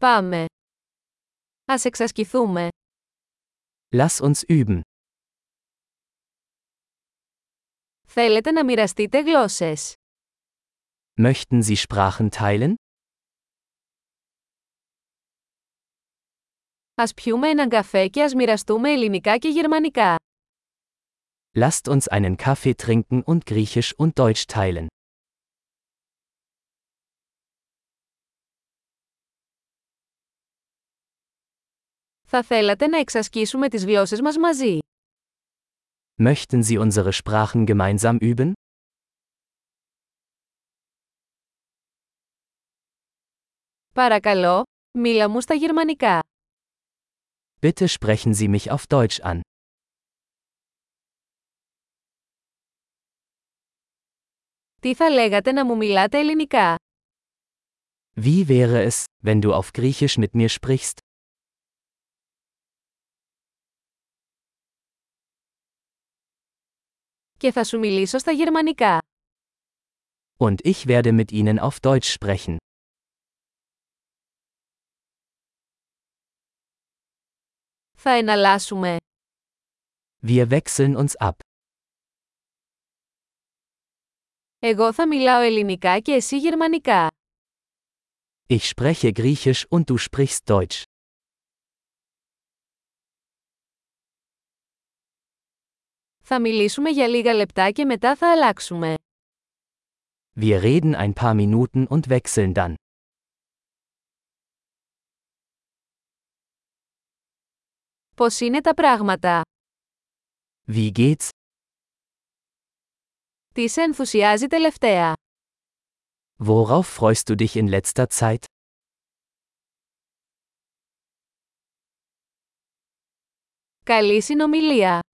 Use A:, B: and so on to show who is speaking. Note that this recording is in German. A: Πάμε. Ας εξασκηθούμε.
B: Lass uns üben.
A: Θέλετε να μοιραστείτε γλώσσες.
B: Möchten Sie Sprachen teilen?
A: Ας πιούμε έναν καφέ και ας μοιραστούμε ελληνικά και γερμανικά.
B: Lasst uns einen Kaffee trinken und Griechisch und Deutsch teilen.
A: Θα θέλατε να εξασκήσουμε τις γλώσσες μας μαζί.
B: Möchten Sie unsere Sprachen gemeinsam üben?
A: Παρακαλώ, μίλα μου στα γερμανικά.
B: Bitte sprechen Sie mich auf Deutsch an.
A: Τι θα λέγατε να μου μιλάτε ελληνικά.
B: Wie wäre es, wenn du auf Griechisch mit mir sprichst?
A: Και θα σου μιλήσω στα γερμανικά.
B: Und ich werde mit ihnen auf Deutsch sprechen.
A: Θα εναλλάσσουμε.
B: Wir wechseln uns ab.
A: Εγώ θα μιλάω ελληνικά και εσύ γερμανικά.
B: Ich spreche Griechisch und du sprichst Deutsch.
A: Θα μιλήσουμε για λίγα λεπτά και μετά θα αλλάξουμε.
B: Wir reden ein paar Minuten und wechseln dann.
A: Πώς είναι τα πράγματα.
B: Wie geht's?
A: Τι σε ενθουσιάζει τελευταία.
B: Worauf freust du dich in letzter Zeit?
A: Καλή συνομιλία.